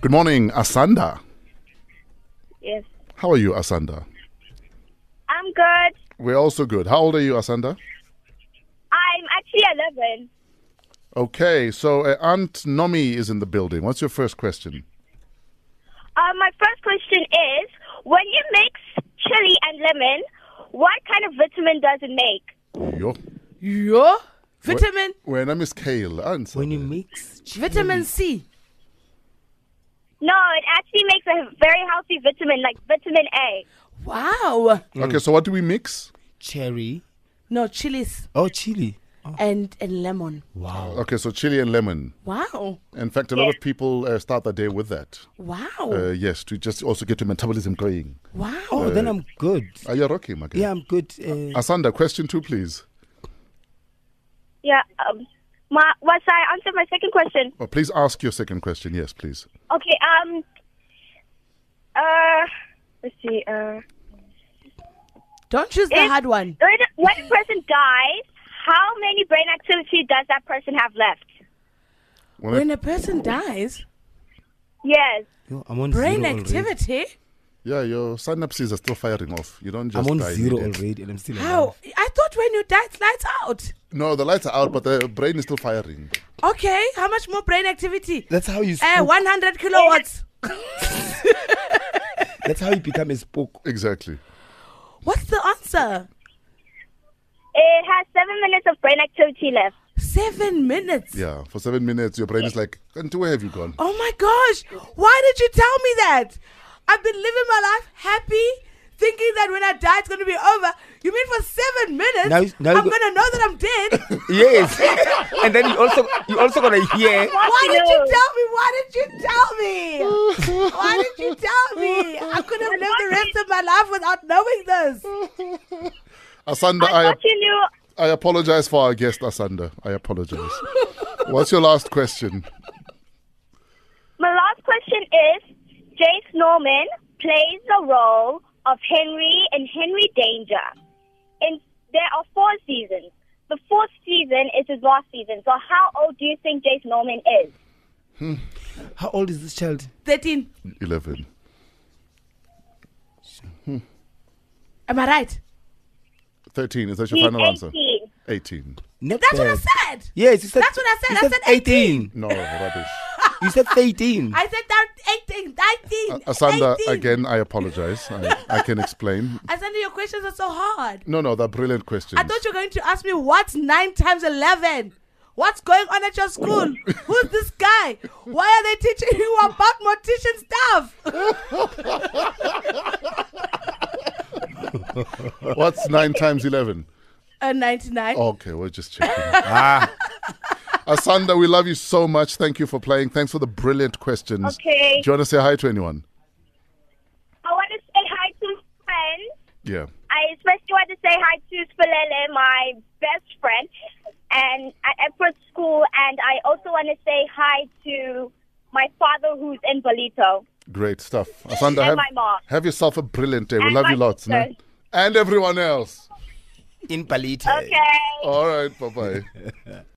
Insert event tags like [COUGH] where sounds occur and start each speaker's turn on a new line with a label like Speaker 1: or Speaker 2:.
Speaker 1: Good morning, Asanda.
Speaker 2: Yes.
Speaker 1: How are you, Asanda?
Speaker 2: I'm good.
Speaker 1: We're also good. How old are you, Asanda?
Speaker 2: I'm actually 11.
Speaker 1: Okay, so uh, Aunt Nomi is in the building. What's your first question?
Speaker 2: Uh, my first question is when you mix chili and lemon, what kind of vitamin does it make?
Speaker 1: Yo.
Speaker 3: Yo, vitamin
Speaker 1: Where name is Kale. Answer.
Speaker 4: When you mix chili.
Speaker 3: vitamin C.
Speaker 2: No, it actually makes a very healthy vitamin, like vitamin A.
Speaker 3: Wow.
Speaker 1: Okay, so what do we mix?
Speaker 4: cherry.
Speaker 3: No chilies
Speaker 4: Oh, chili.
Speaker 3: and and lemon.
Speaker 4: Wow.
Speaker 1: Okay, so chili and lemon.
Speaker 3: Wow.
Speaker 1: In fact, a lot of people uh, start their day with that.
Speaker 3: Wow.
Speaker 1: Uh, yes, to just also get your metabolism going.
Speaker 3: wow.
Speaker 4: Oh, then I'm good.
Speaker 1: Are you rocking, Maka?
Speaker 4: Yeah, I'm good. Uh,
Speaker 1: Asanda, question two, please.
Speaker 2: Yeah. Um, my, was I answered my second question?
Speaker 1: Oh, please ask your second question. Yes, please.
Speaker 2: Okay. Um. Uh. Let's see. Uh.
Speaker 3: Don't choose the
Speaker 2: If-
Speaker 3: hard one.
Speaker 2: When, when a person dies, how many brain activity does that person have left?
Speaker 1: Well,
Speaker 3: When a person dies,
Speaker 2: Yes.
Speaker 4: yo, I'm on
Speaker 3: brain
Speaker 4: zero already.
Speaker 3: activity.
Speaker 1: yeah, your synapses are still firing off. You don't just.
Speaker 4: I'm on
Speaker 1: die
Speaker 4: zero
Speaker 1: immediately.
Speaker 4: already, and I'm still
Speaker 3: How?
Speaker 4: alive.
Speaker 3: I thought when you die, it's lights out.
Speaker 1: No, the lights are out, but the brain is still firing.
Speaker 3: Okay. How much more brain activity?
Speaker 4: That's how you.
Speaker 3: Eh,
Speaker 4: spook.
Speaker 3: 100 kilowatts.
Speaker 4: That's how you become a spook.
Speaker 1: Exactly.
Speaker 3: What's the answer?
Speaker 2: It has seven minutes of brain activity left.
Speaker 3: Seven minutes.
Speaker 1: Yeah, for seven minutes, your brain is like, and where have you gone?
Speaker 3: Oh my gosh. Why did you tell me that? I've been living my life happy, thinking that when I die, it's going to be over. You mean for seven minutes?
Speaker 4: Now you- now you
Speaker 3: I'm
Speaker 4: go-
Speaker 3: going to know that I'm
Speaker 1: [LAUGHS]
Speaker 3: dead.
Speaker 4: Yes. [LAUGHS] and then you also you also gonna hear.
Speaker 3: Why
Speaker 2: No.
Speaker 3: did you tell me? Why did you tell me? Why did you tell me? I could have lived the rest of my life without knowing this.
Speaker 1: Asanda,
Speaker 2: I
Speaker 1: I,
Speaker 2: thought you knew.
Speaker 1: I apologize for our guest, Asanda. I
Speaker 3: [LAUGHS]
Speaker 1: apologize. What's your last question?
Speaker 2: My last question is Jace Norman plays the role of Henry in Henry Danger. And there are four seasons. The fourth season is his last season. So how old do you think Jace Norman is?
Speaker 4: How old is this child?
Speaker 3: 13.
Speaker 1: 11.
Speaker 3: Am I right?
Speaker 1: 13, is that your
Speaker 2: He's
Speaker 1: final
Speaker 2: 18.
Speaker 1: answer? 18.
Speaker 4: Not
Speaker 3: That's what I
Speaker 4: bad.
Speaker 3: said.
Speaker 4: Yes, you said.
Speaker 3: That's what I said.
Speaker 4: you
Speaker 3: I said
Speaker 4: 18.
Speaker 3: [LAUGHS]
Speaker 1: No, rubbish.
Speaker 4: you said 13.
Speaker 3: I said that 18, 19.
Speaker 1: Uh, Asanda,
Speaker 3: 18.
Speaker 1: again, I apologize. I, I can explain.
Speaker 3: Asanda, your questions are so hard.
Speaker 1: No, no, they're brilliant questions.
Speaker 3: I thought you were going to ask me what's nine times eleven. What's going on at your school? Who's this guy? Why are they teaching you about mortician stuff?
Speaker 1: What's 9 times 11?
Speaker 3: Uh, 99.
Speaker 1: Okay, we're just checking. ah. Asanda, we love you so much. Thank you for playing. Thanks for the brilliant questions.
Speaker 2: Okay.
Speaker 1: Do you want to say hi to anyone?
Speaker 2: I want to say hi to my friends.
Speaker 1: Yeah.
Speaker 2: I especially want to say hi to Spilele, my best friend, and at Epworth School. And I also want to say hi to my father, who's in Bolito.
Speaker 1: Great stuff. Asanda,
Speaker 2: And
Speaker 1: have,
Speaker 2: my mom.
Speaker 1: have yourself a brilliant day. We
Speaker 2: And
Speaker 1: love
Speaker 2: my
Speaker 1: you lots.
Speaker 2: sister.
Speaker 1: ne? And everyone else.
Speaker 4: In Palita.
Speaker 2: Okay.
Speaker 1: All right. Bye bye.